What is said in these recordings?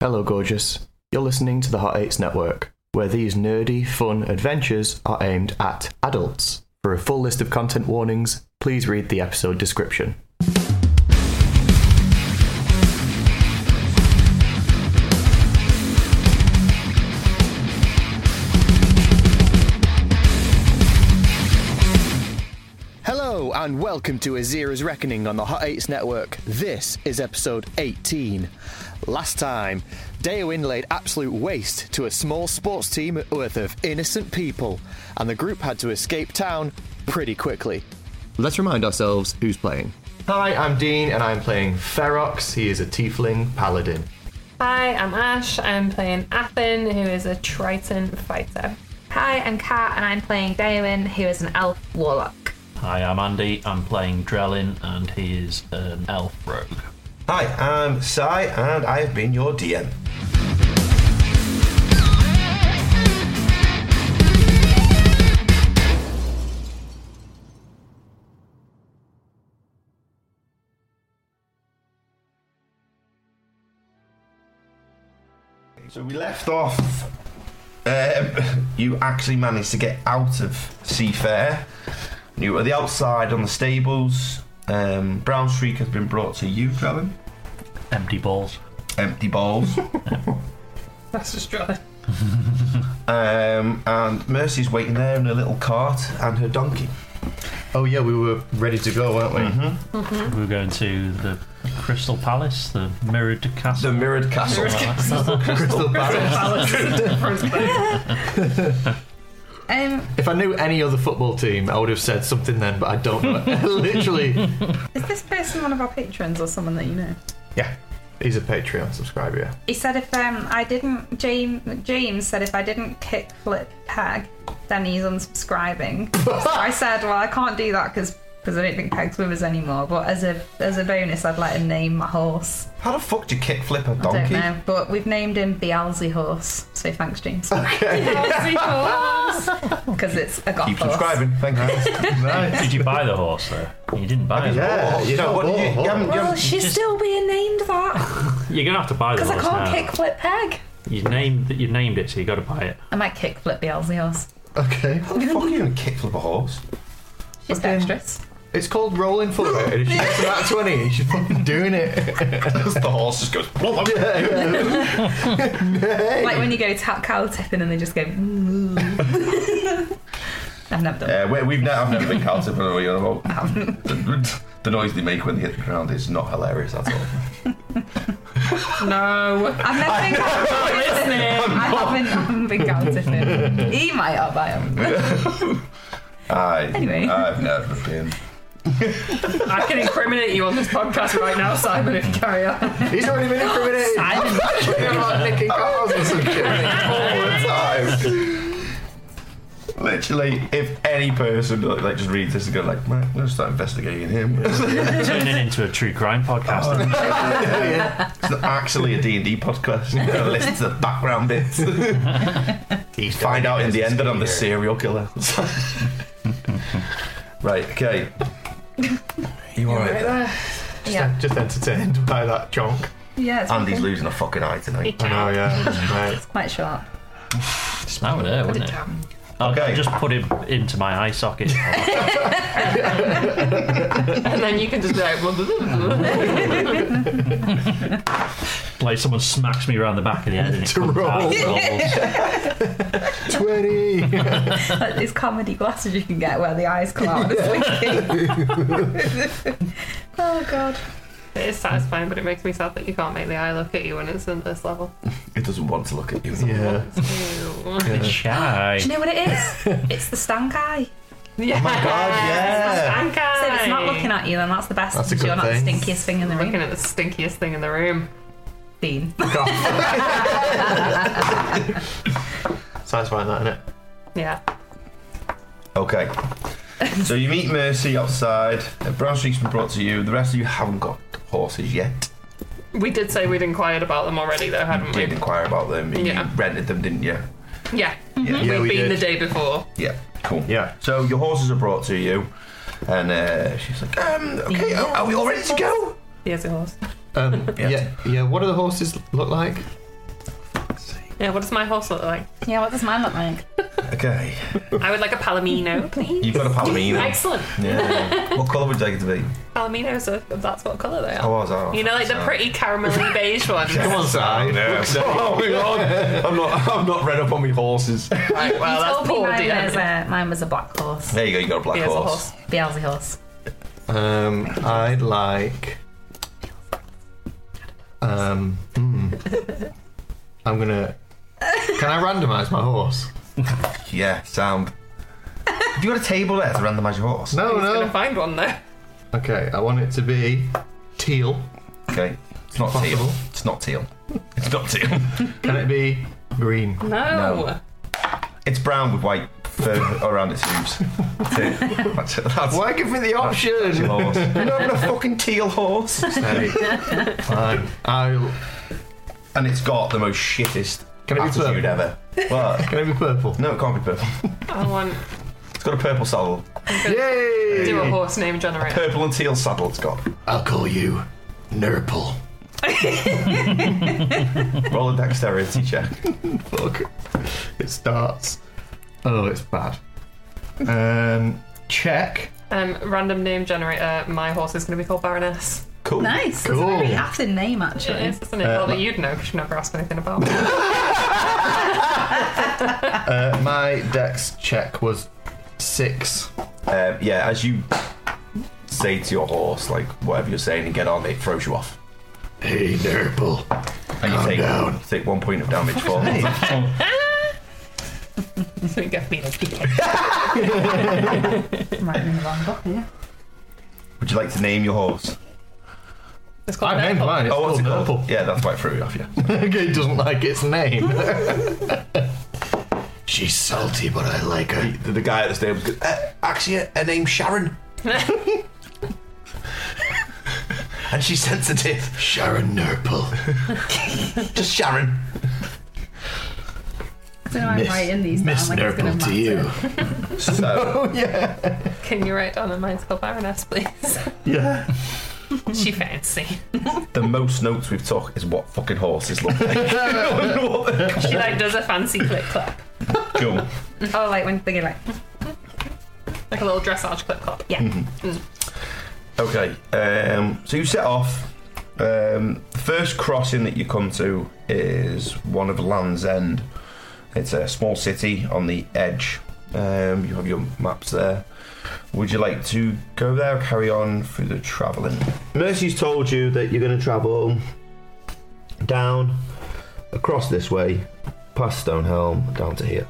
Hello, gorgeous. You're listening to the Hot Eights Network, where these nerdy, fun adventures are aimed at adults. For a full list of content warnings, please read the episode description. Hello, and welcome to Azira's Reckoning on the Hot Eights Network. This is episode 18. Last time, Deowin laid absolute waste to a small sports team worth of innocent people, and the group had to escape town pretty quickly. Let's remind ourselves who's playing. Hi, I'm Dean, and I'm playing Ferox. He is a tiefling paladin. Hi, I'm Ash. I'm playing Athen, who is a Triton fighter. Hi, I'm Kat, and I'm playing Damon, who is an elf warlock. Hi, I'm Andy. I'm playing Drellin, and he is an elf rogue. Hi, I'm Sai, and I have been your DM. So we left off. Um, you actually managed to get out of Seafair. You were the outside on the stables. Um, Brown Streak has been brought to you, Drellin. Empty balls. Empty bowls. That's just dry. Um, and Mercy's waiting there in her little cart and her donkey. Mm-hmm. Oh yeah, we were ready to go, weren't we? We're going to the Crystal Palace, the Mirrored Castle. The mirrored castle. Crystal Palace. Um, If I knew any other football team, I would have said something then, but I don't know. Literally, is this person one of our patrons or someone that you know? yeah, he's a Patreon subscriber. Yeah. He said if um, I didn't, James, James said if I didn't kick flip Peg, then he's unsubscribing. so I said, well, I can't do that because I don't think Peg's with us anymore. But as a as a bonus, I'd let him name my horse. How the fuck do you kick flip a I don't donkey? know, but we've named him Bealzi Horse. So thanks, James, because it's a goth Keep horse. subscribing. Thank you. Nice. Oh, Did you buy the horse though? You didn't buy it. Yeah, Oh, you so know what did you- what? you haven't- you Well, haven't- she's still being named that You're gonna have to buy the because horse I can't now. kick flip Peg. You named you named it, so you got to buy it. I might kick flip Bealzi Horse. Okay. How the fuck are you gonna kick flip a horse? She's dexterous. It's called rolling footwear. and If she gets to that 20, and she's fucking doing it. the horse just goes. Like when you go tap cow tipping and they just go. "Ooh." I've never done. Yeah, Uh, we, we've never, I've never been counted for a about. The, the noise they make when they hit the ground is not hilarious at all. No, I've never been cow tipping. I haven't, I haven't been cow tipping. He might have, I am. I, Anyway. I've never been. I can incriminate you on this podcast right now, Simon, if you carry on. He's already been incriminated. about nicking cars or some shit. all the time. Literally, if any person like, like, just reads this and go like, "Man, I'm gonna start investigating him," it's Turning into a true crime podcast. not actually a D and D podcast. You gotta listen to the background bits. Find out in the end that I'm the serial killer. right. Okay. You alright? there? Yeah. Just entertained by that chonk. Yeah, it's Andy's okay. losing a fucking eye tonight. I know, yeah. Right. It's quite sharp. Oh. That would there, wouldn't it? I'll, Okay. I'll just put him into my eye socket. And then you can just be like, blah, blah, blah, blah. like someone smacks me around the back of the head and it To comes out roll. and rolls. 20. Like these comedy glasses you can get where the eyes come out. It's winking. oh god. It is satisfying, but it makes me sad that you can't make the eye look at you when it's at this level. It doesn't want to look at you. Yeah. Ew. It's shy. Do you know what it is? It's the stank eye. Yeah. Oh my God, yeah. So if it's not looking at you, then that's the best. That's a because good You're not thing. the stinkiest thing in the Looking room. at the stinkiest thing in the room. Dean. Satisfying that, innit? Yeah. Okay. so you meet Mercy outside. Uh, Brown Streak's been brought to you. The rest of you haven't got horses yet. We did say we'd inquired about them already, though, hadn't did we? inquire about them. You Mm-hmm. Yeah. Mm-hmm. rented them, didn't you? Yeah. Yeah. Yeah, We'd we been did. the day before. Yeah. Cool. Yeah. So your horses are brought to you, and uh, she's like, um, okay, are, are we all ready to go? Here's a horse. Um, Yeah. yeah. yeah. What do the horses look like? Yeah, what does my horse look like? Yeah, what does mine look like? Okay. I would like a palomino, please. You've got a palomino. Excellent. yeah. What colour would you like it to be? Palominos are that's what colour they Oh, are. I was out. You know, like the pretty caramelly beige ones. Come on, Sam. I know. Oh, hang on. I'm not. I'm not read up on my horses. Right, well, Told me mine, was a, mine was a black horse. There you go. You got a black He has a horse. horse. Beelzy horse. Um, I'd like. Um, hmm. I'm gonna. Can I randomize my horse? Yeah. Sound. Have you got a table there to randomise your horse? No, He's gonna no. find one though. Okay, I want it to be teal. Okay. It's not Possible. teal. It's not teal. It's not teal. Can it be green? No. No. It's brown with white fur around its hooves. that's it. That's Why give me the your option? horse. You're not having a fucking teal horse. Hey, fine. I'll. And it's got the most shittest Can it be attitude purple? ever. What? Can it be purple? No, it can't be purple. I want It's got a purple saddle. do a Yay! horse name generator. Purple and teal saddle it's got. I'll call you Nurple. Roll a dexterity check. Look, it starts. Oh, it's bad. Um, check. Um, random name generator. My horse is gonna be called Baroness. Cool. Nice. That's Cool. a very apt name, actually. It is, isn't it? well, that you'd know because you never asked anything about. it. Uh, my dex check was six. Um, yeah, as you say to your horse, like whatever you're saying, and get on, it throws you off. Hey, Nurple. And you take, down. take one point of damage for so you get me a I'm writing in the wrong book here. Would you like to name your horse? Oh, It's called I named Nurple. mine. It's called what's it called? Nurple. Yeah, that's why it threw you off, yeah. he doesn't like its name. She's salty, but I like her. The, the guy at the stable goes, uh, actually, her, her name's Sharon. and she's sensitive. Sharon Nurple. Just Sharon. I don't know why I'm Miss- writing these down. Like it's gonna matter. So, Can you write down a mine's called Baroness, please? Yeah. she fancy. the most notes we've took is what fucking horses look like. She like does a fancy clip clap, Cool. Oh, like when they get like, like a little dressage clip clap. yeah. Mm-hmm. Okay, um, so you set off. Um, the first crossing that you come to is one of Land's End. It's a small city on the edge. Um, you have your maps there. Would you like to go there or carry on through the travelling? Mercy's told you that you're going to travel down, across this way, past Stonehelm, down to here.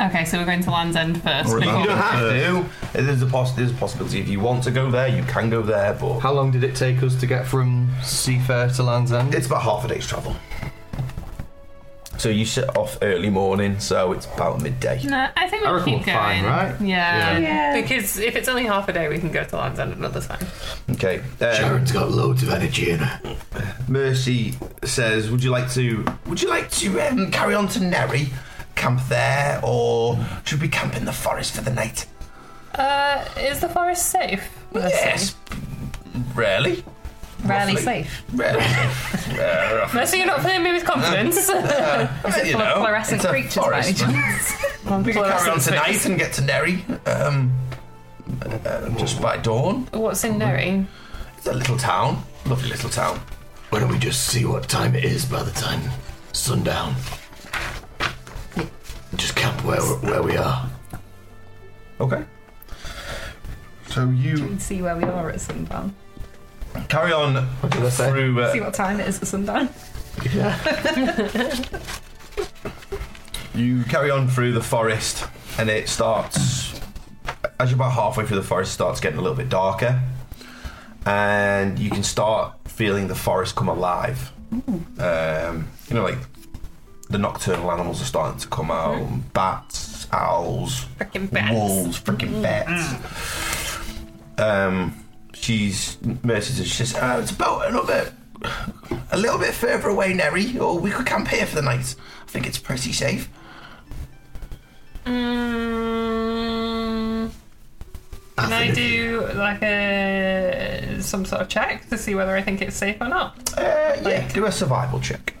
Okay, so we're going to Land's End first. You don't have to. There's a, poss- there's a possibility. If you want to go there, you can go there, but How long did it take us to get from Seafair to Land's End? It's about half a day's travel. So you set off early morning, so it's about midday. No, I think I we'll reckon keep we're going. fine, right? Yeah. Yeah. Yeah. Because if it's only half a day, we can go to Land's End another time. Okay. Um, got loads of energy in her. Mercy says, "Would you like to? Would you like to um, carry on to Neri, camp there, or should we camp in the forest for the night?" Uh, is the forest safe? Yes. Rarely. Rarely Roughly. safe. Rarely. Uh, roughly. Mercy, you're not filling me with confidence. you full of know, it's fluorescent a creatures by forest. We any can carry on Fluorescent tonight and get to Neri. Um, uh, just by dawn. What's in Neri? It's a little town. Lovely little town. Why don't we just see what time it is by the time sundown? Just camp where, where we are. Okay. So you We see where we are at sundown. carry on did I say? through. See Uh, what time it is at sundown. Yeah. you carry on through the forest, and it starts as you're about halfway through the forest. It starts getting a little bit darker, and you can start feeling the forest come alive. Mm. Um, you know, like the nocturnal animals are starting to come out: bats, owls, Mm. Frickin' bats. Mm. wolves, freaking bats. Um, she's Mercy says, she says, "Oh, it's about another, a little bit further away, Neri, or we could camp here for the night. I think it's pretty safe." Mm, can I do like a some sort of check to see whether I think it's safe or not? Uh, yeah, do a survival check.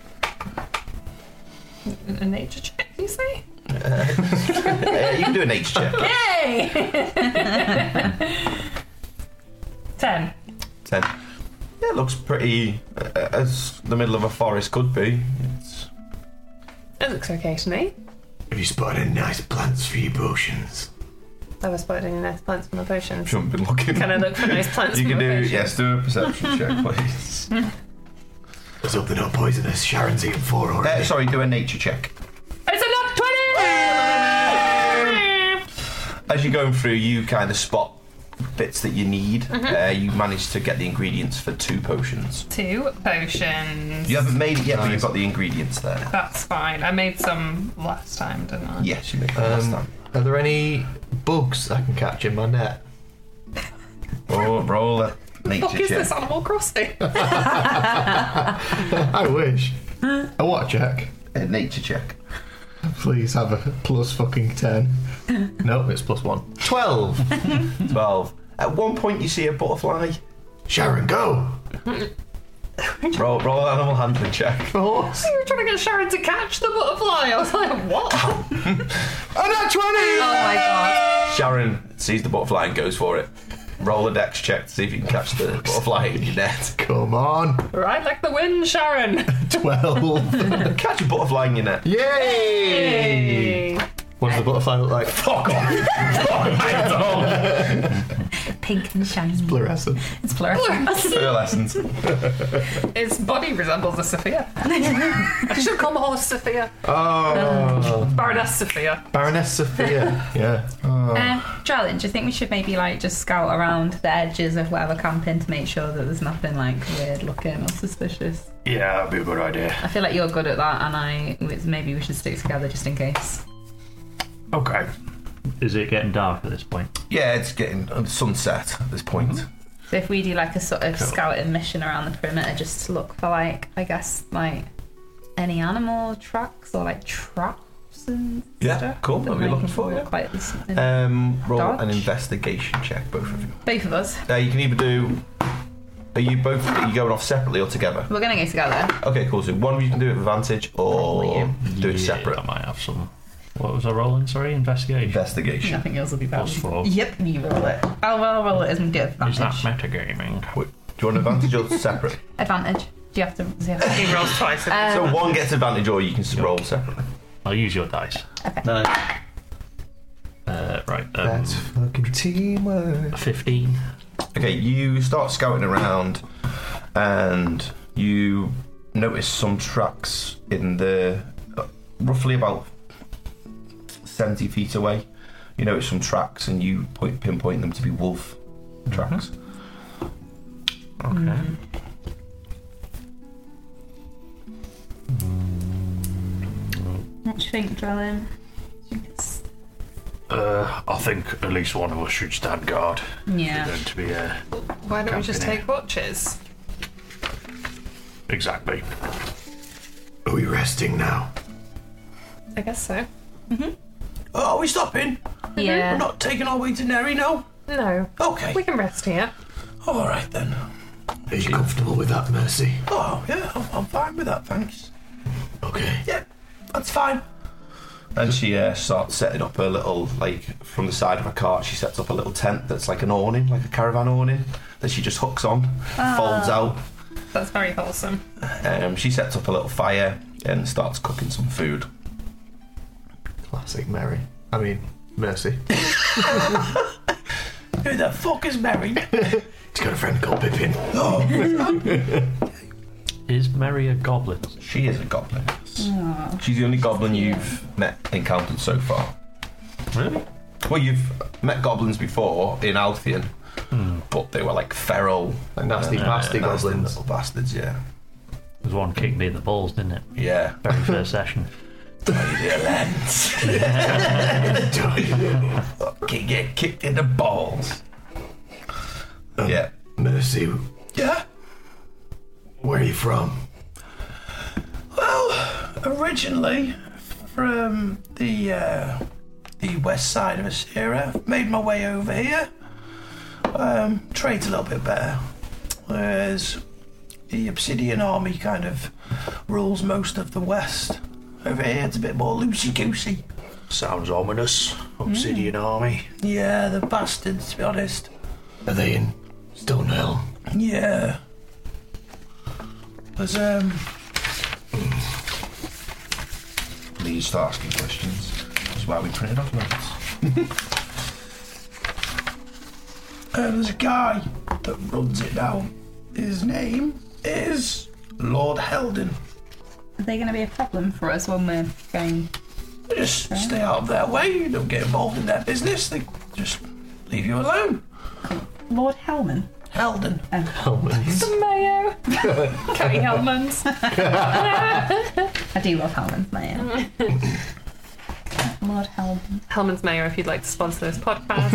A nature check, you say? Uh, you can do an H check. Yay! Ten. Ten. Yeah, it looks pretty uh, as the middle of a forest could be. It's It looks okay to me. Have you spotted any nice plants for your potions? Have I spotted any nice plants for my potions? shouldn't be looking. Can I look for nice plants You for can my do potions? yes, do a perception check, please. Let's hope they're not poisonous. Sharon's eaten four already. Uh, sorry, do a nature check. It's a nat 20! As you're going through, you kind of spot bits that you need. Mm-hmm. Uh, you manage to get the ingredients for two potions. Two potions. You haven't made it yet, but you've got the ingredients there. That's fine. I made some last time, didn't I? Yes, you made it Um, last time. Are there any bugs I can catch in my net? Roll, roll a nature Fuck is check. this Animal Crossing? I wish. I want a check. A nature check. Please have a plus fucking ten. nope, it's plus one. Twelve. Twelve. At one point, you see a butterfly. Sharon, go. Roll, roll an animal handling check. Horse. you were trying to get Sharon to catch the butterfly. I was like, what? A nat twenty. Oh my god. Sharon sees the butterfly and goes for it. Roll a dex check to see if you can catch the butterfly in your net. Come on. Right like the wind, Sharon. Twelve. Catch a butterfly in your net. Yay! What does the butterfly look like? Fuck off! Pink and shiny. Fluorescent. It's Uh, fluorescent. Adolescence. Its body resembles a Sophia. I should call my horse Sophia. Oh. Baroness Sophia. Baroness Sophia. Yeah. Uh, Oh. Charlie, do you think we should maybe like just scout around the edges of whatever camping to make sure that there's nothing like weird looking or suspicious? Yeah, that'd be a good idea. I feel like you're good at that, and I it's- maybe we should stick together just in case. Okay. Is it getting dark at this point? Yeah, it's getting uh, sunset at this point. So if we do like a sort of scouting mission around the perimeter, just to look for like I guess like any animal tracks or like traps and Yeah, stuff cool. that That'd be might looking for, yeah. look like there's something. Mm-hmm. Um, roll Dodge. an investigation check, both of you. Both of us. Now you can either do. Are you both are you going off separately or together? We're gonna go together. Okay, cool. So one of you can do it with advantage or do it Oh, Yeah, separate. I might have some. What was I rolling? Sorry, investigation. Investigation. Nothing else will be bad. Plus four. Yep, you roll it. Oh well, roll it as we do Is that advantage. metagaming? Wait, do you want advantage or separate? Advantage. Do you have to? Do you have to? He rolls twice. So one gets advantage or you can s roll separately. I'll use your dice. No. Uh, right, um, That's fucking teamwork. 15. Okay, you start scouting around and you notice some tracks in the uh, roughly about 70 feet away. You notice some tracks and you point, pinpoint them to be wolf tracks. Okay. What do you think, Drellin? Uh, I think at least one of us should stand guard. Yeah. Going to be uh, Why don't we just Company. take watches? exactly. Are we resting now? I guess so. Oh, are we stopping? Yeah. Not taking our way to Neri, no? No. Okay. We can rest here. Alright Oh, then. Are you comfortable with that, Mercy? Oh, yeah, I'm, I'm fine with that, thanks. Okay. Yeah, that's fine. And she uh, starts setting up a little, like, from the side of a cart, she sets up a little tent that's like an awning, like a caravan awning, that she just hooks on, folds out. That's very wholesome. Um, she sets up a little fire and starts cooking some food. Classic Mary. I mean, Mercy. Who the fuck is Mary? She's got a friend called Pippin. Is Mary a goblin? she is a goblin. Mm. Oh. She's the only goblin you've met, encountered so far. Really? Well, you've met goblins before in Altheon, but they were like feral, Like nasty, nasty nasty goblins. little bastards. Yeah, There's one kicked me in the balls, didn't it? yeah. Very first session. Your lands. Fucking get kicked in the balls. Um, yeah, Mercy, yeah. where are you from? Well, originally from the uh, the west side of Assyria, made my way over here. Um, trade's a little bit better, whereas the Obsidian Army kind of rules most of the west. Over here, it's a bit more loosey goosey. Sounds ominous. Obsidian army. Hmm. Yeah, the bastards, to be honest. Are they in Stonehill? Yeah. There's, um, Please Hmm. start asking questions. That's why we printed off notes. uh, there's a guy that runs it now. His name is Lord Heldon. Are they going to be a problem for us when we're going? Just stay out of their way. Don't get involved in their business. They just leave you alone. Lord Hellman. Heldon. Mayo. Carry helmets. I do love Hellman's mayor. Lord Hellman. Hellman's Mayo, if you'd like to sponsor this podcast.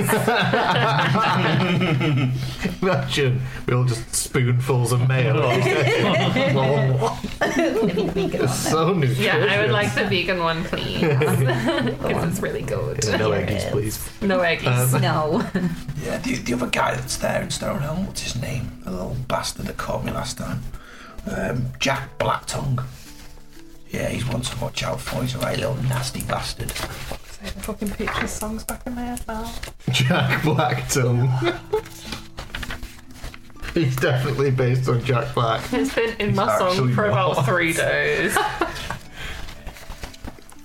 Imagine we all just spoonfuls of mayo. Oh, it's so nutritious. yeah, I would like the vegan one, please. Because it's really good. No eggies, please. No eggies. Um, No. Yeah, the, the other guy that's there in Stonehill, what's his name? The little bastard that caught me last time. Um, Jack Blacktongue. Yeah, he's one to watch out for. He's a right little nasty bastard. So the fucking Peaches song's back in my head now. Jack Blackton. He's definitely based on Jack Black. It's been in my song actually for about not. three days. I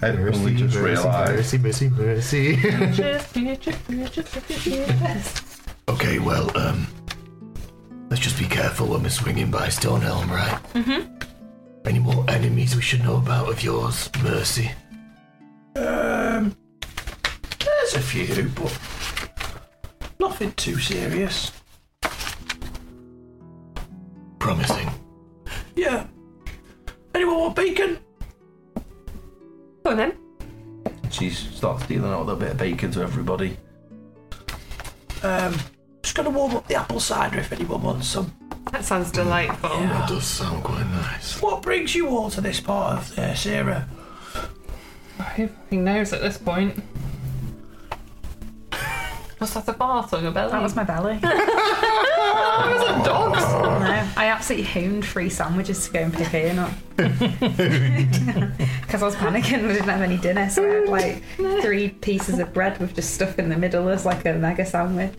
only just realised. mercy, mercy, mercy. Okay, well, um, let's just be careful when we're swinging by Stonehelm, right? Mm-hmm. Any more enemies we should know about of yours, Mercy? Um, there's a few, but nothing too serious. Promising. Yeah. Anyone want bacon? Go on then. She starts dealing out a little bit of bacon to everybody. Um, just gonna warm up the apple cider if anyone wants some. That sounds delightful. Oh, That does sound quite nice. What brings you all to this part of uh, Sarah? Who fucking knows at this point? Was that a bar song about That was my belly. No, I absolutely honed three sandwiches to go and pick Ian up. Because I was panicking, I didn't have any dinner, so I had like three pieces of bread with just stuff in the middle as like a mega sandwich.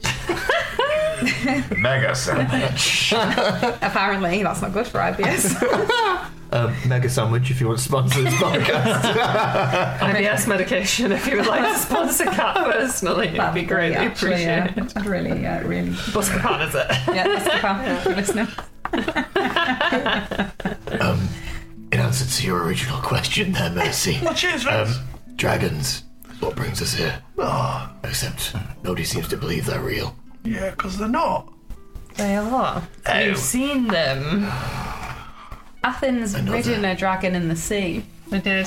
Mega sandwich. Apparently, that's not good for IBS. um, mega sandwich if you want to sponsor this podcast. IBS medication if you would like to sponsor Cat personally? It'd be greatly actually, yeah. appreciated. I'd really, yeah, really. What's the plan, is it? Yeah, that's the problem. Listener. Um, in answer to your original question there, Mercy, Cheers, um, dragons is what brings us here. Except nobody seems to believe they're real. Yeah, because they're not. They are. Oh. You've seen them. Athens ridden a dragon in the sea. I did.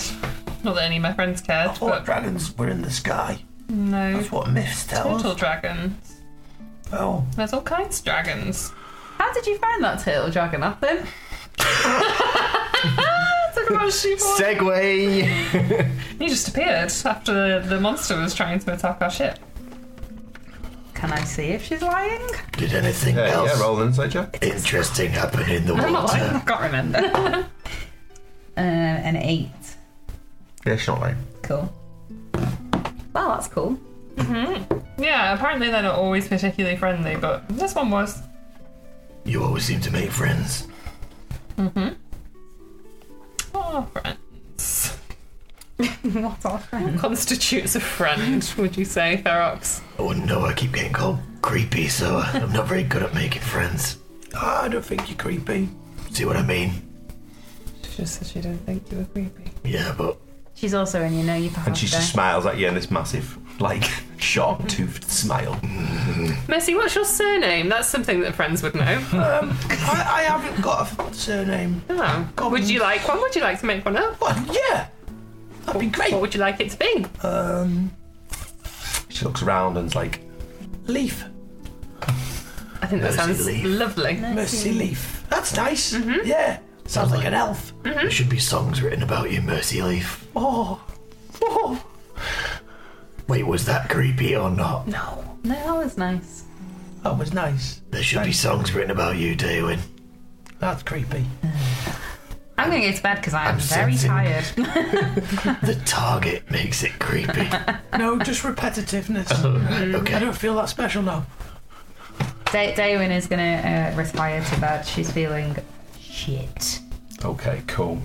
Not that any of my friends cared, All but dragons were in the sky. Oh, no. That's what myths tell Turtle us. dragons. Oh, There's all kinds of dragons. How did you find that turtle dragon, Athen? Look at how she was. Segway. He just appeared after the, the monster was trying to attack our ship. Can I see if she's lying? Did anything Yeah, else yeah, roll an insight check. interesting happen in the not water? lying. Can't remember. uh, an eight. Yeah, she's not lying. Cool. Well, that's cool. Yeah, apparently they're not always particularly friendly, but this one was. You always seem to make friends. Mm-hmm. Oh, friends. What our friend? Constitutes a friend, would you say, Ferox? Oh no, I keep getting called creepy, so uh, I'm not very good at making friends. I don't think you're creepy. See what I mean? She just said she didn't think you were creepy. Yeah, but She's also in you know you And perhaps. she just smiles at you in this massive, like, sharp toothed smile. Mercy, what's your surname? That's something that friends would know. I, I haven't got a surname. Oh. God. Would you like one? Would you like to make one up? Well, yeah, that'd Oh, be What great. would you like it to be? Um, She looks around and's like, leaf, I think that Mercy sounds Leaf. lovely. mercy leaf. That's nice. Mm-hmm. Yeah, sounds like an elf. there should be songs written about you, Mercy Leaf. Oh, oh, Wait, was that creepy or not? no, No, that was nice. that was nice. There should be songs written about you, Daywin. That's creepy. I'm going to go to bed because I'm, very sensing- tired. The target makes it creepy. No, just repetitiveness. I okay. don't feel that special now. Da- Daywin is going to uh, retire to bed. She's feeling shit. Okay, cool.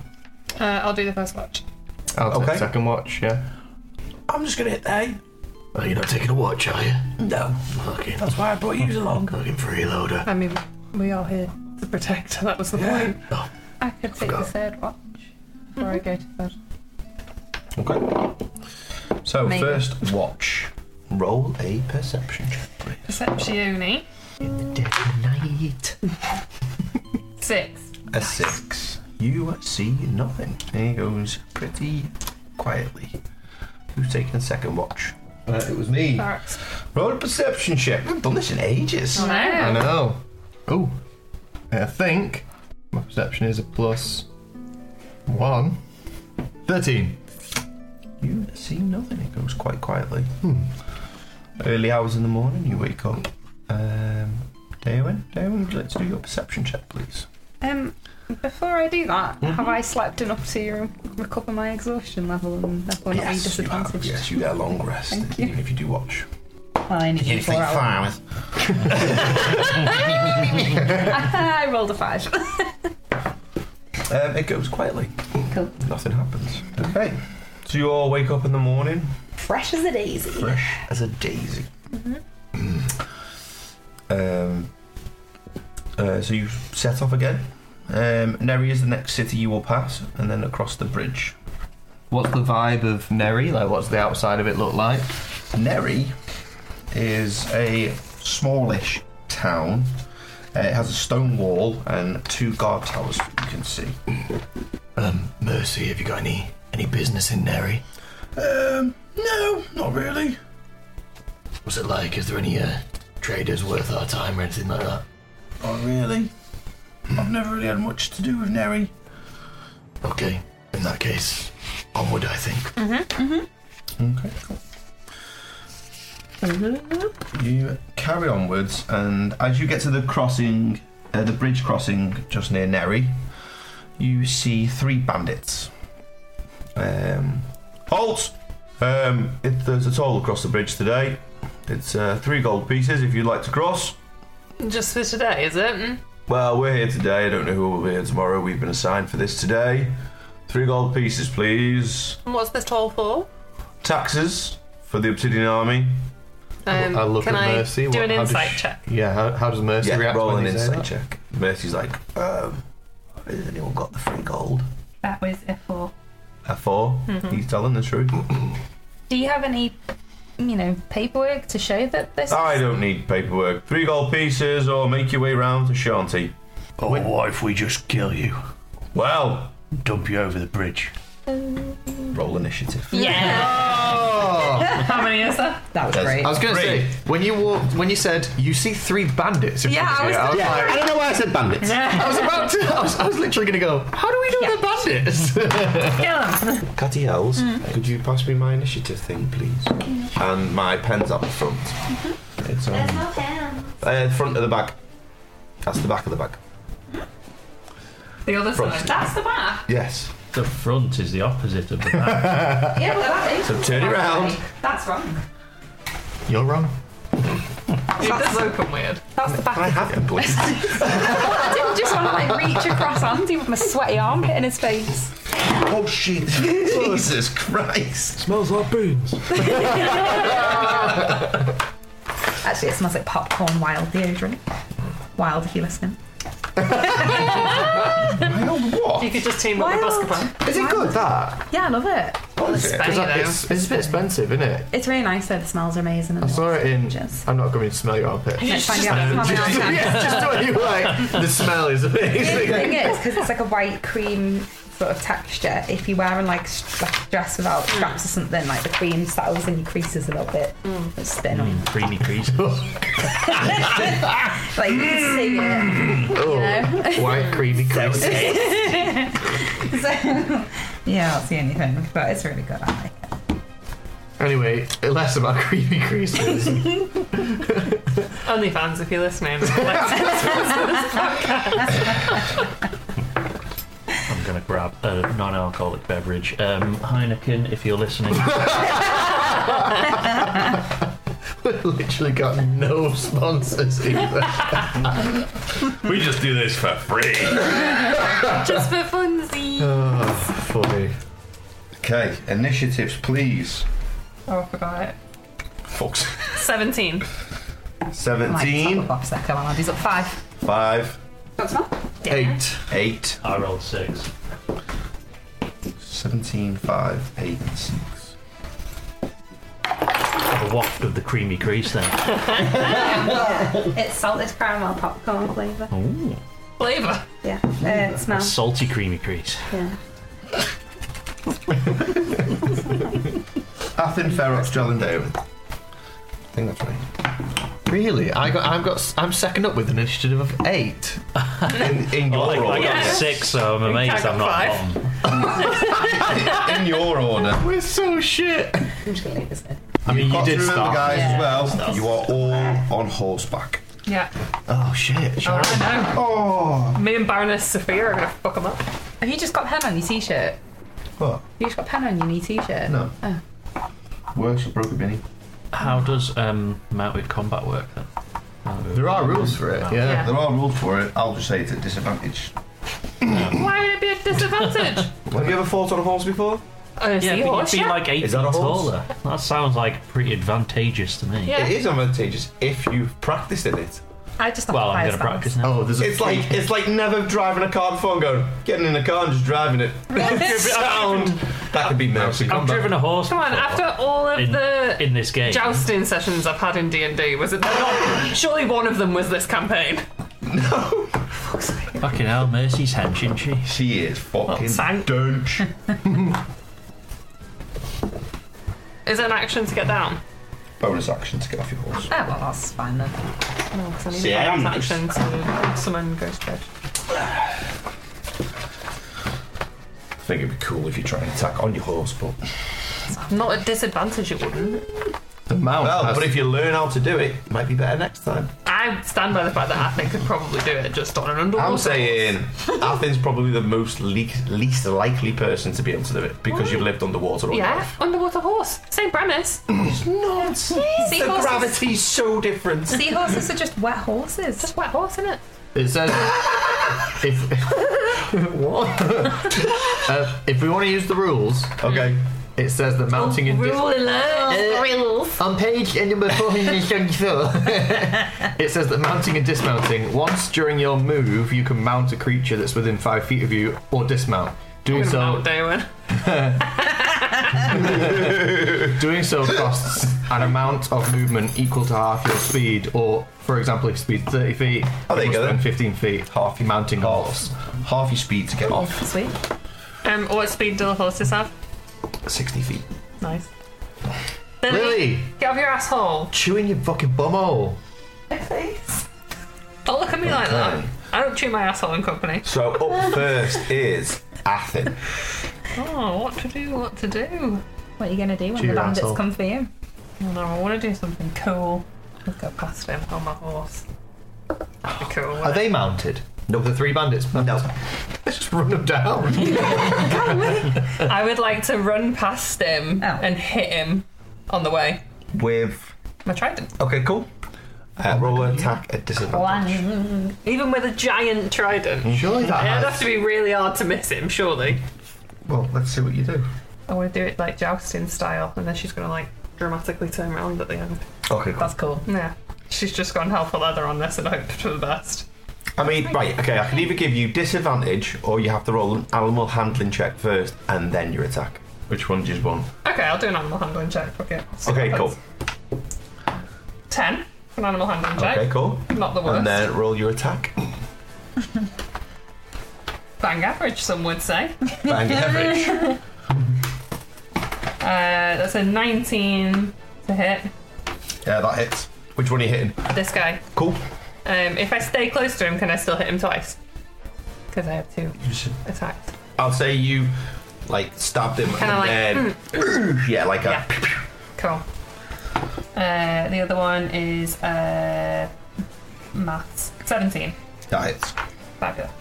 Uh, I'll do the first watch. I'll take Okay. second watch, yeah. I'm just gonna hit A. Oh, you're not taking a watch, are you? No, Fucking, that's why I brought you along. fucking freeloader. I mean, we are here to protect. That was the point. I could take the third watch before I go to bed. Okay. So Maybe. first watch. Roll a perception check, please. Perceptione. Dead night. Six. A six. You see nothing. He goes pretty quietly. Who's taking the second watch? Uh, it was me. Barracks. Roll a perception check. We've done this in ages. I No. know. Oh, I think my perception is a plus one. 13. You see nothing. It goes quite quietly. Hmm. Early hours in the morning, you wake up. Um, Daywin, Daywin, would you like to do your perception check, please? Um, before I do that, Mm-hmm. have I slept enough to recover my exhaustion level and therefore not you be have. disadvantaged? Yes, you get a long rest, Thank you. even if you do watch. Well, I only did four hours. hours. I rolled a five. Um, it goes quietly. Cool. Nothing happens. Okay. So you all wake up in the morning, Fresh as a daisy. fresh as a daisy. Mm-hmm. Um, uh, so you set off again. Um, Neri is the next city you will pass, and then across the bridge. What's the vibe of Neri? Like, what's the outside of it look like? Neri is a smallish town. Uh, it has a stone wall and two guard towers you can see. Um, Mercy, have you got any any business in Neri? Um, no, not really. What's it like? Is there any uh, traders worth our time or anything like that? Not really. I've never really had much to do with Neri. Okay. In that case, onward, I think. Okay, cool. You carry onwards, and as you get to the crossing, uh, the bridge crossing just near Neri, you see three bandits. Um, halt! Um, if there's a toll across the bridge today. It's uh, three gold pieces if you'd like to cross. Just for today, is it? Well, we're here today. I don't know who will be here tomorrow. We've been assigned for this today. Three gold pieces, please. And what's this toll for? Taxes for the Obsidian Army. Um, I look can at I Mercy. do what- an how does insight she- check? Yeah, how, how does Mercy Yeah, react roll when an you say insight that? check. Mercy's like, um, has anyone got the free gold? That was a four. A 4 He's telling the truth. Do you have any, you know, paperwork to show that this? I don't need paperwork. Three gold pieces or make your way round to Shanty. Or what if we just kill you, Well, dump you over the bridge? roll initiative. Yeah. Oh! How many is that? That was Yes. I great. was going to say when you walked, when you said you see three bandits. In Yeah, front of I you, was I was gonna- like, don't know why I said bandits. I was about to. I was, I was literally going to go. How do we know Yeah. they're bandits? Kill 'em. Catty Hells, could you pass me my initiative thing, please? And my pen's up front. It's on uh, front of the bag. That's the back of the bag. The other Front. side. That's the back. Yes. The front is the opposite of the back. Yeah, well, that is. So turn it round. That's wrong. You're wrong. It does open weird. That's the back. Oh, I have them, please. I didn't just want to like reach across Andy with my sweaty armpit in his face. oh shit! Jesus Christ! Smells like beans. Actually, it smells like popcorn wild deodorant. Wild, if you're listening. I know what. You could just team up with Wild. Buscapan. Is it good that? Yeah, I love it. What is it? Spain, though. It's, it's a bit expensive, isn't it? It's really nice though. The smells are amazing. And I saw it in. Just- I'm not going to smell your armpit. Let's find out the smell now, okay? yeah, just thought you were like the smell is The amazing. thing is, because it's like a white cream sort of texture. If you're wearing like, st- like a dress without straps or something, like the cream settles in your creases a little bit. It's a bit annoying. Creamy crease. Like you can see it. Oh, white creamy cream. So, yeah, I'll see anything, but it's really good. I like it. Anyway, less about creamy creases. Only fans if you're listening. I'm gonna brab, uh, non-alcoholic beverage. Um, Heineken, if you're listening. Literally got no sponsors either. We just do this for free. Just for funsies. Funny. Okay, initiatives, please. Oh, I forgot it. Fucks. 17. Like, top 17, of box there. Come on, he's up five. 5, That's not. Eight. 8, I rolled six. 17, 5, 8, 6. Have a waft of the creamy grease then. It's salted caramel popcorn flavour. Oh. Ooh, Flavour. Yeah. Uh, smell. salty creamy grease. Yeah. Athen, Ferox, Drell, and Dowen. I think that's right. Really? I got, I've got, I'm second up with an initiative of eight. In, in your I, I order. got six, so I'm amazed got I'm not five. on. In your order. We're so shit. I'm just gonna leave this there. I mean, you Got to did remember, start. guys, Yeah. as well. You are all on horseback. Yeah. Oh shit. Oh, I know. Oh. Me and Baroness Sophia are gonna fuck him up. Have you just got pen on your t-shirt? What? You just got pen on your new t-shirt. No. Oh. Worse, I broke a binny. How does um, mounted combat work then? There are rules for it. Yeah. There are rules for it. I'll just say it's a disadvantage. Why would it be a disadvantage? Have you ever fought on a horse before? Oh, Yeah, but seahorse, you'd be yeah. like eight Is that a feet horse? taller. That sounds like pretty advantageous to me. Yeah. It is advantageous if you've practiced in it. I just Well, I'm high going to practice now. Oh, there's a. It's like it's like never driving a car before and going getting in a car and just driving it. Sound that could be mousy I've driven a horse. Come on, before after all of in, the in this game. jousting sessions I've had in D and D, was it not? Surely one of them was this campaign. Fucking hell, Mercy's hench, isn't she? She is fucking Sang- dunch. Is it an action to get down? Bonus action to get off your horse. Oh, well, that's fine then. No, because Oh, I need See, I an am nice. action to summon Ghost Bed. I think it'd be cool if you try and attack on your horse, but Not at disadvantage, it wouldn't. the mount. well, has- but if you learn how to do it, it might be better next time. I stand by the fact that Athen could probably do it just on an underwater. I'm saying Athen's probably the most least, least likely person to be able to do it because you've lived underwater all your Yeah, life. underwater horse. Same premise. Hmm. Not. The Seahorses- gravity's so different. Seahorses are just wet horses. Just wet horse, innit? It says if what uh, if we want to use the rules, Okay. it says the mounting and dis- alert. on page uh, number four hundred and seventy-four, it says that mounting and dismounting. Once during your move, you can mount a creature that's within five feet of you or dismount. Doing Gonna so, mount Daewin. doing so costs an amount of movement equal to half your speed, or, for example, if speed's thirty feet, Oh, there you must go then. spend fifteen feet. Half mounting Half, halves. half your speed to get off. Sweet. Um, what speed do the horses have? 60 feet. Nice. Lily, Get off your asshole. chewing your fucking bumhole. Don't Oh, look at me like that. Okay. I don't chew my asshole in company. So up first is Athen. Oh, what to do, what to do. What are you gonna do when Cheer, the bandits asshole. come for you? Oh, no, I want to do something cool. Let's go past him on my horse. That'd be cool. Are they mounted? No, the three bandits. No, let's just run them down. I would like to run past him Oh. and hit him on the way. With. My trident. Okay, cool. Uh, roll an attack at disadvantage. Even with a giant trident. Surely that It'd have has. to be really hard to miss him, surely. Well, let's see what you do. I want to do it like jousting style, and then she's going to like dramatically turn around at the end. Okay, cool. That's cool. Yeah. She's just gone hell for leather on this and hoped for the best. I mean, right, okay, I can either give you disadvantage or you have to roll an animal handling check first and then your attack. Which one do you want? Okay, I'll do an animal handling check. Okay. see Okay, what cool. happens. Ten for an animal handling check. Okay, cool. Not the worst. And then roll your attack. Bang average, some would say. Bang average. Uh, that's a 19 to hit Yeah, that hits. Which one are you hitting? this guy. Cool. Um, if I stay close to him, can I still hit him twice? Because I have two attacks. I'll say you, like, stabbed him Kinda like, hmm. and then. yeah, like a. Yeah. Cool. Uh, the other one is uh, maths. 17. That hits. Fabulous.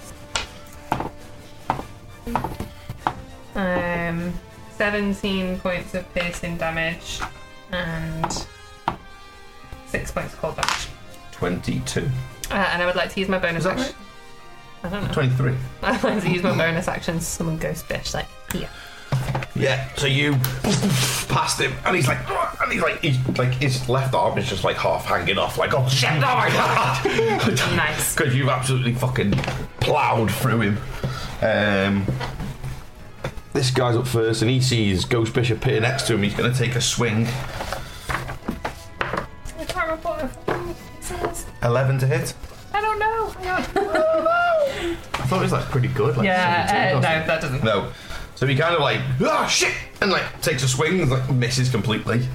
Um, 17 points of piercing damage and 6 points of cold damage. 22. Uh, and I would like to use my bonus Is that action. I don't know. 23. I'd like to use my bonus action to summon Ghost Bitch. Like, yeah. Yeah, so you past him, and he's like, and he's like, he's like his left arm is just like half hanging off, like, oh shit, oh my god! nice. Because you've absolutely fucking ploughed through him. Um, this guy's up first, and he sees Ghost Bishop appear next to him. He's going to take a swing. I can't report it says. 11 to hit. I don't know. Hang on. I thought it was like pretty good. Like Yeah, 17 uh, no, or something. that doesn't. No. So he kind of like, ah, shit! And like takes a swing and like, misses completely.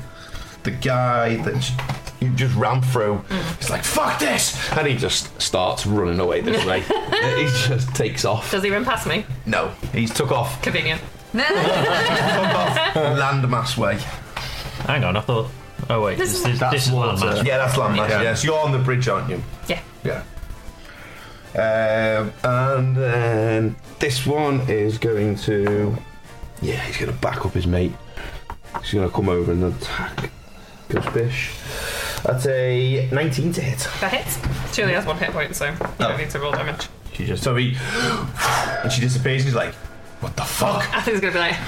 The guy that j- you just ran through, he's like, fuck this! And he just starts running away this way. he just takes off. Does he run past me? No, he's took off, Convenient. took off landmass way. Hang on, I thought. Oh wait, This this, is- this, this is one match. Yeah, that's landmass, yeah. So you're on the bridge, aren't you? Yeah. Yeah. Um, and then this one is going to. Yeah, he's going to back up his mate. He's going to come over and attack Gusbish. That's a 19 to hit. That hits. She only has one hit point, so you Oh. don't need to roll damage. She just. So he. And she disappears and he's like, what the fuck? I think it's gonna be like,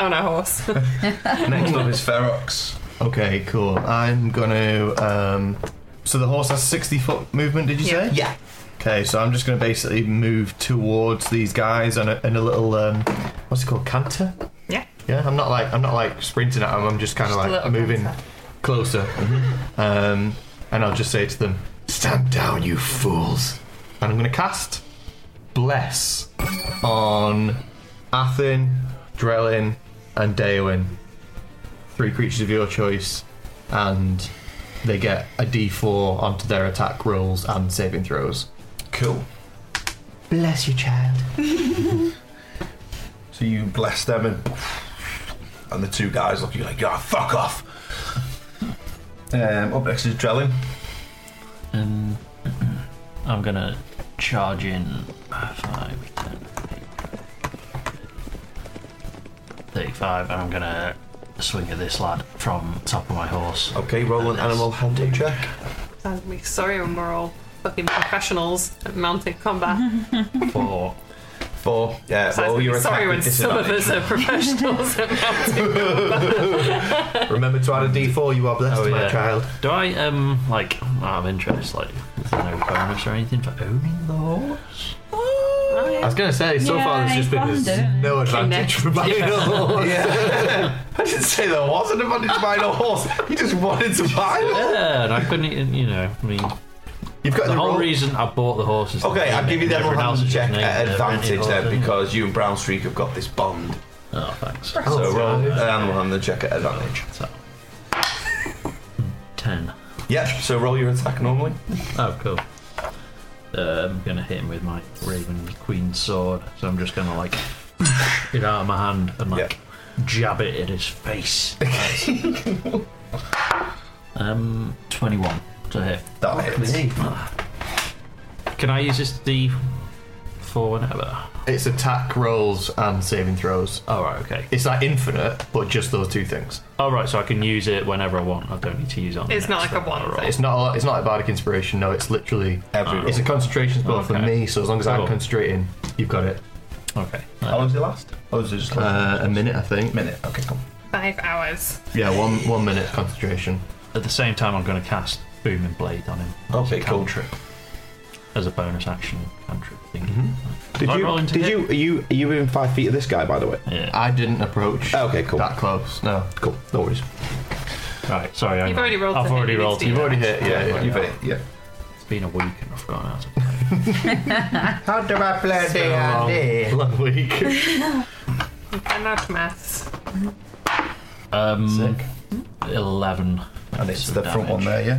on a horse. Next up is Ferox. Okay, cool. I'm gonna. Um, so the horse has 60 foot movement. Did you Yeah. say? Yeah. Okay, so I'm just gonna basically move towards these guys and a, and a little. Um, what's it called? Canter. yeah. Yeah, I'm not like I'm not like sprinting at them. I'm just kind of Just a like little moving canter. closer, um, and I'll just say to them, "Stand down, you fools!" And I'm going to cast bless on Athen, Drellin, and Daewin, three creatures of your choice, and they get a D4 onto their attack rolls and saving throws. Cool. Bless you, child. So you bless them and. And the two guys look at you like, ah, fuck off. Um, up next is Drellin. Um, I'm gonna charge in five, 10, 35, and I'm gonna swing at this lad from top of my horse. Okay, roll an animal handling check. Sounds like sorry when we're all fucking professionals at mounted combat. Four. Four. Yeah, Sounds roll like your attack sorry when with some of us disadvantage. are professionals at mounted. Remember to add a D4. You are blessed, Oh, my yeah. child. Do I, um, like, out of interest, like, is there no bonus or anything for owning the horse? Oh, I yeah. was going to say, so Yeah, far there's just you been can do it. no Connect. advantage for buying a horse. I didn't say there was an advantage to buying a horse. You just wanted to buy one. Yeah, and I couldn't, even- you know, I mean, You've got the to whole roll- reason I bought the horse is to Okay, I'll name give you it, the and animal everyone uh, else handling is just check named at their rented advantage horse, then isn't it? because you and Brown Streak have got this bond. Oh, thanks. so roll um, an animal handling check at advantage. So, 10. Yep. So roll your attack normally. Oh, cool. Uh, I'm gonna hit him with my Raven Queen sword, so I'm just gonna like it out of my hand and like jab it in his face. um, 21 to hit. That hits. Can I use this D for whenever? It's attack rolls and saving throws. All right, okay. It's like infinite, but just those two things. All right, so I can use it whenever I want. I don't need to use it. On the It's not next like a round. one All right. It's not. A, it's not a bardic inspiration. No, it's literally. Every roll. It's a concentration spell for Okay. me. So as long as Cool. I'm concentrating, you've got it. Okay. How long does it last? Oh, is it just like Uh, a minute, I think. minute? Okay, cool. Five hours. Yeah, one one minute concentration. At the same time, I'm gonna cast Booming Blade on him. Okay, As a cool. cantrip. As a bonus action cantrip thing. Did I you? rolling to Did hit? you? Are you? Are you within five feet of this guy, by the way? Yeah. I didn't approach. Okay, cool. That close. No. Cool. No worries. Right, sorry. hang You've on. already rolled I've to hit, already you need rolled. to to do hit. Already hit. Yeah. yeah. You've hit. Yeah. It's been a week and I've forgotten how to. How do I play Long week. I'm not maths. Um, Eleven. And it's of the front one damage. there, yeah.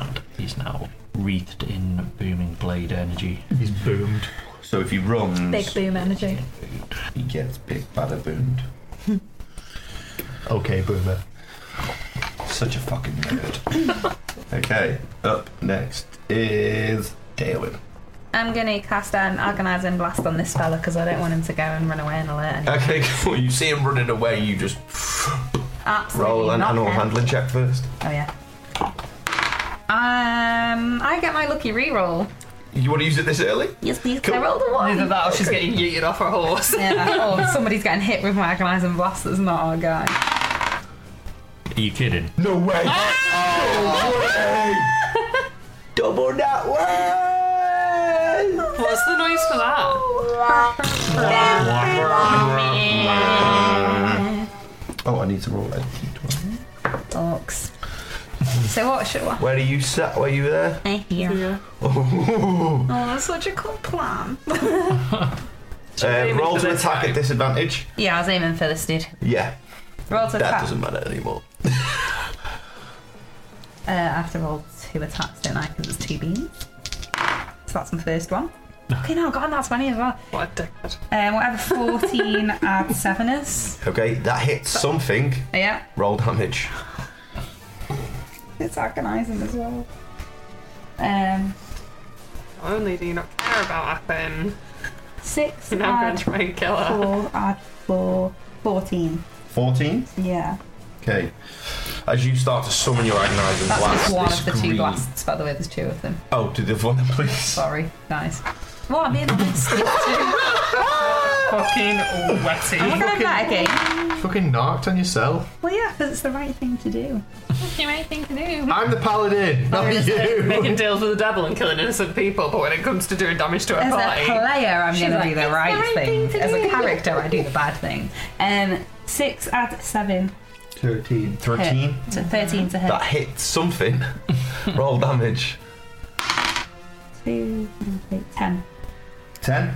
And he's now wreathed in booming blade energy. He's boomed. So if he runs, Big boom energy. he gets big bada boomed. Okay, boomer. Such a fucking nerd. okay, up next is Daewin. I'm gonna cast um, agonizing blast on this fella because I don't want him to go and run away and alert. anyone. Okay, cool. You see him running away, you just Absolutely roll an not animal him. handling check first. Oh yeah. Um, I get my lucky reroll. You want to use it this early? Yes, please. Cool. I rolled a one. Either that or she's getting yeeted off her horse. Yeah. Oh, somebody's getting hit with my agonizing blast. That's not our guy. Are you kidding? No way! Ah! Double that way! What's the noise for that? Oh, I need to roll it. Orcs. So what should what? Where are you sat? Were you there? Here. Oh, Oh, that's such a cool plan. uh, roll to attack at disadvantage. Yeah, I was aiming for this dude. Yeah, Roll to that attack. doesn't matter anymore. Uh, I have to roll two attacks, don't I? Because it's two beans. So that's my first one. Okay, no, God, that's funny as well. What a dickhead. Um, whatever 14 add 7 is. Okay, that hits something. Yeah, Roll damage. it's agonizing as well. Um, Only do you not care about Athen. 6 Now I'm going add to try and kill her. 4 add 4. 14. 14. Yeah. Okay. As you start to summon your agonizing That's blast, just one this of the two green- blasts, by the way, there's two of them. Oh, do the one, please. Sorry, guys. What, I'm being honest. Am Fucking I wetty. going to that again? Fucking knocked on yourself. Well, yeah, because it's the right thing to do. You might think new. I'm the paladin, not you. Making deals with the devil and killing innocent people, but when it comes to doing damage to a As a party, player, I'm going to like, do the "It's right, the right thing. thing to As a do." character, I do the bad thing. Um, six add seven 13. hit 13. to thirteen to hit. That hits something. Roll damage. Two, three, ten 10.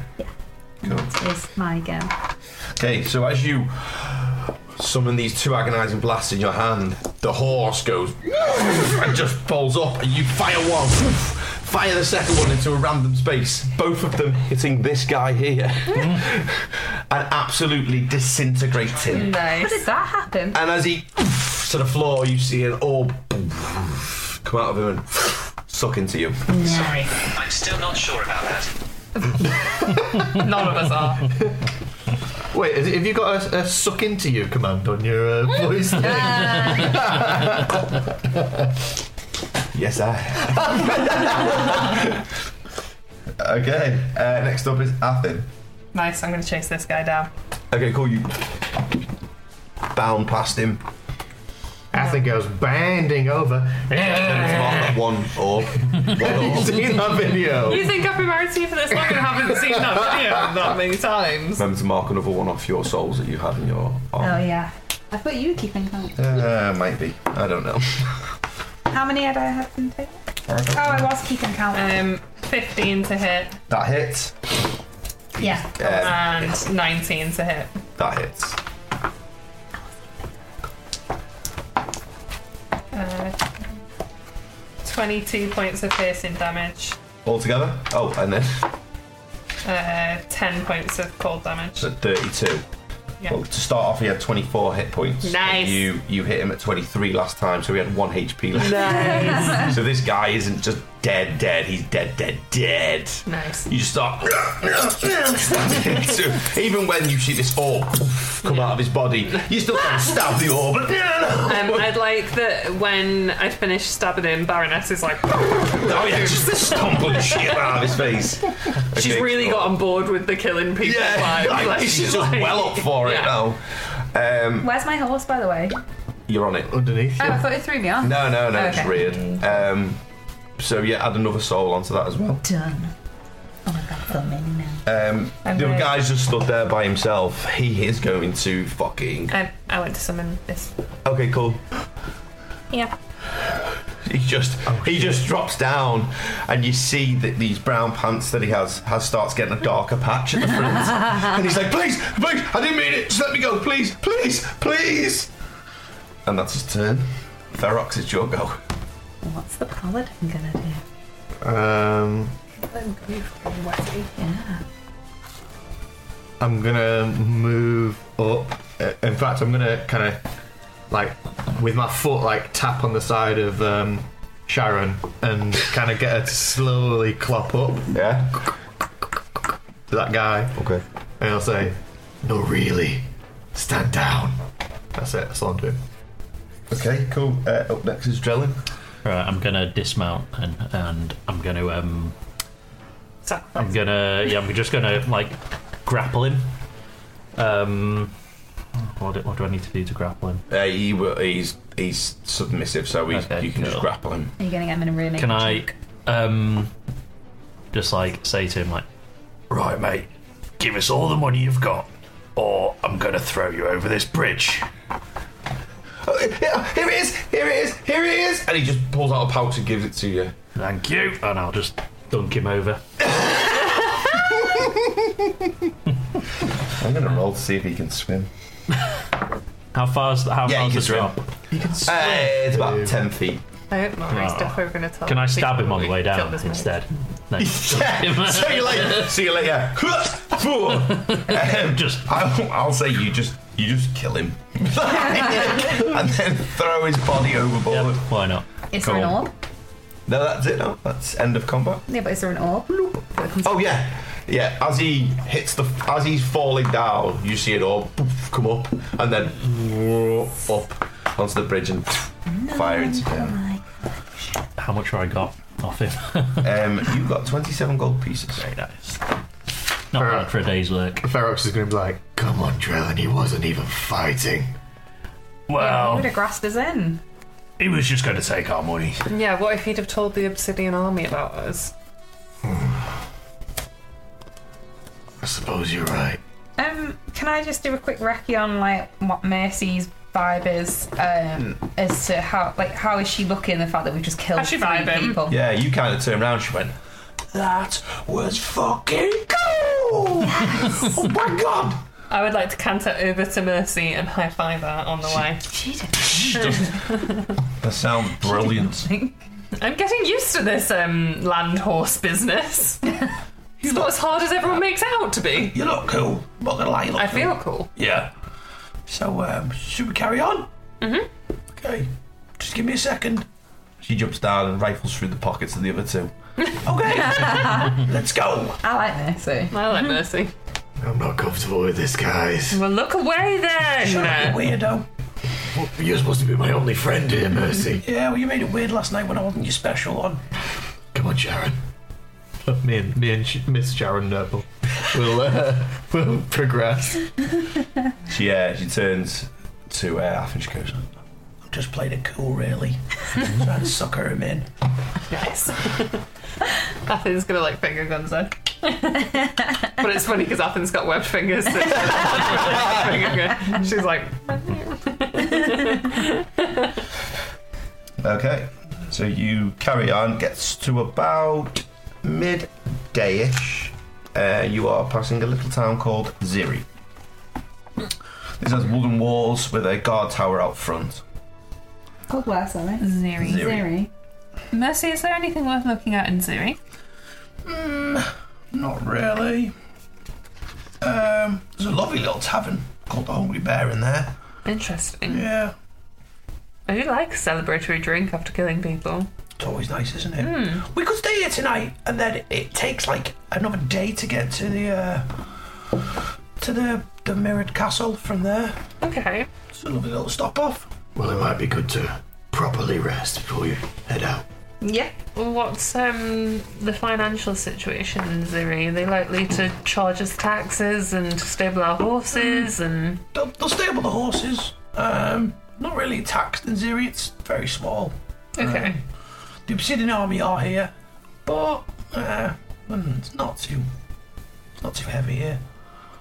is my go. Okay, so as you summon these two agonizing blasts in your hand, the horse goes and just falls off, and you fire one, fire the second one into a random space, both of them hitting this guy here and absolutely disintegrates him. How did that happen? And as he to the floor, you see an orb come out of him and suck into you. Sorry, I'm still not sure about that. none of us are. Wait, has- have you got a, a suck into you command on your uh, voice? thing? Yes, I. okay, uh, next up is Athen. Nice, I'm going to chase this guy down. Okay, cool. You bound past him. I think I was banding over. It's Have marked at one orb. One you orb. seen that video? You think I've been married to you for this long and haven't seen that video that many times? Remember to mark another one off your souls that you have in your Oh arm. yeah. I thought you were keeping count. Uh, might be. I don't know. How many had I had in total? Oh, I was keeping count. Um, 15 to hit That hits. yeah. Um, and 19 to hit. that hits. Uh, 22 points of piercing damage, All together. Oh, and then uh, 10 points of cold damage. so 32. Yeah. Well, to start off, he had 24 hit points. Nice. You you hit him at 23 last time, so he had one HP left. Nice. So this guy isn't just dead, dead. He's dead, dead, dead. nice. You just start. stabbing into- even when you see this orb come out of his body, you still can't stab the orb. Oh, Um, I'd like that when I finish stabbing him, Baroness is like, oh yeah, just this stumbling shit out of his face. She's Okay, really cool. got on board with the killing people Yeah, vibe. like, she's just like- well up for it yeah. now. Um, Where's my horse, by the way? you're on it. Underneath. Oh, I thought it threw me off. No, no, no, it's Okay. weird. Um, so yeah, add another soul onto that as well. Done. Oh my god, filming now. Um, the I'm other very- guy's just stood there by himself. He is going to fucking. I, I want to summon this. Okay, cool. Yeah. He just he just drops down, and you see that these brown pants that he has has starts getting a darker patch at the front, and he's like, "Please, please, I didn't mean it. Just let me go, please, please, please." And that's his turn. Ferox, it's your go. What's the paladin gonna do? Um, I'm gonna move up. Uh, In fact, I'm gonna kind of like with my foot like tap on the side of um, Sharon and kind of get her to slowly clop up. Yeah. To that guy. Okay. And I'll say, No, really. Stand down. That's it. That's all I'm doing. Okay, cool. Uh, up next is Drellin. Right, I'm gonna dismount and and I'm gonna um. I'm gonna yeah, I'm just gonna like grapple him. Um, what do, what do I need to do to grapple him? Uh, he will, he's he's submissive, so he's, Okay, you can just cool. grapple him. Are you going to get him in a room? Can I um just like say to him like, Right, mate. Give us all the money you've got, or I'm gonna throw you over this bridge. Oh, Here it is! Here it is! Here it is! And he just pulls out a pouch and gives it to you. Thank you. And I'll just dunk him over. I'm gonna roll to see if he can swim. how far's how yeah, far's the he can swim. drop? He can swim. Uh, it's about ten feet. I hope not. Oh. Most stuff we're gonna tell. Can I stab him on the way Killed down this mate. instead? No. Yeah. See you later. See you later. just, I'll, I'll say you just you just kill him, and then throw his body overboard. why not? Is there an orb? No, that's it. No, that's end of combat. Yeah, but is there an orb? Oh yeah, yeah. As he hits the, as he's falling down, you see it all poof, come up and then up onto the bridge and fire into him. How much have I got off him? um, you got twenty-seven gold pieces. Very nice. Not Uh, bad for a day's work. Ferox is going to be like, Come on, Drellin, he wasn't even fighting. I Well, would have grasped us in. he was just gonna take our money. Yeah, what if he'd have told the Obsidian Army about us? I suppose you're right. Um, can I just do a quick recce on like what Mercy's vibe is, um, as to how like how is she looking? The fact that we've just killed How's she three vibing? people. Yeah, you kind of turned around. She went, That was fucking cool! oh my god! I would like to canter over to Mercy and high five her on the way. She "That sounds brilliant." I'm getting used to this um, land horse business. it's not as hard as everyone makes it out to be. You look cool. Not gonna lie, you look I cool. feel cool. Yeah. So, um, should we carry on? Mhm. Okay. Just give me a second. She jumps down and rifles through the pockets of the other two. Okay. Let's go. I like Mercy. I like Mercy. I'm not comfortable with this, guys. Mm-hmm. Well, look away then. weirdo. You're supposed to be my only friend here, Mercy. Yeah, well, you made it weird last night when I wasn't your special on. Come on, Sharon. Me and me and Sh- Miss Sharon Noble will uh, will progress. She uh, she turns to uh, Alf and she goes, I've just played it cool, really. Trying to sucker him in. Nice. Athen's gonna like finger guns her. but it's funny because Athen's got webbed fingers. so she's like, finger gun. She's like, Okay. So you carry on, gets to about midday ish. Uh, you are passing a little town called Ziri. This has wooden walls with a guard tower out front. Called where, sorry? Ziri. Ziri. Mercy, is there anything worth looking at in Zuri? Not really. Um, there's a lovely little tavern called the Hungry Bear in there. Interesting. Yeah. I do like a celebratory drink after killing people. It's always nice, isn't it? We could stay here tonight, and then it takes like another day to get to the uh, to the the mirrored castle from there. Okay. It's a lovely little stop off. Well, it might be good to properly rest before you head out. Yeah. What's um the financial situation in Zuri? Are they likely to charge us taxes and stable our horses and They'll, they'll stable the horses. Um, not really taxed in Ziri. It's very small. Okay. Um, the Obsidian Army are here, but uh, mm, it's not too it's not too heavy here.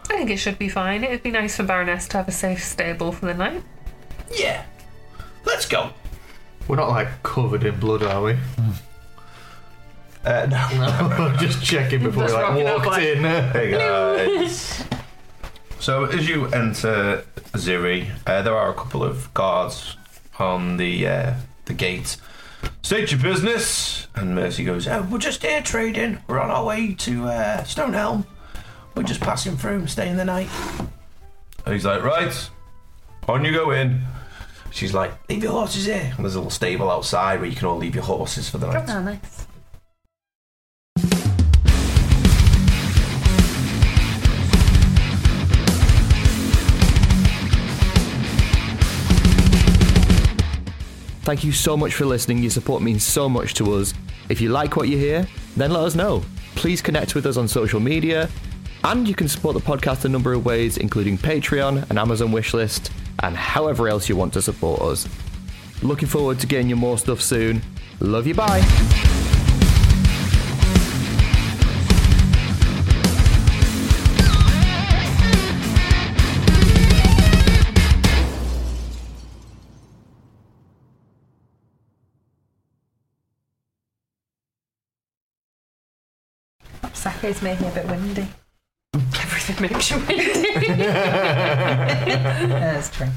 I think it should be fine. It would be nice for Baroness to have a safe stable for the night. Yeah. Let's go. We're not like covered in blood, are we? Uh, no, just checking before we Just like rocking up, walked like- in. Hey guys. so as you enter Ziri, uh, there are a couple of guards on the uh, the gate. State your business. And Mercy goes, Uh, "Oh, we're just here trading. We're on our way to uh, Stonehelm. We're just passing through, and staying the night. And he's like, right, on you go in. She's like, leave your horses here. And there's a little stable outside where you can all leave your horses for the night. Oh, nice. Thank you so much for listening. Your support means so much to us. If you like what you hear, then let us know. Please connect with us on social media. And you can support the podcast a number of ways, including Patreon, an Amazon wishlist, and however else you want to support us. Looking forward to getting you more stuff soon. Love you, bye. Sako's made me a bit windy. Everything makes you windy. That's true.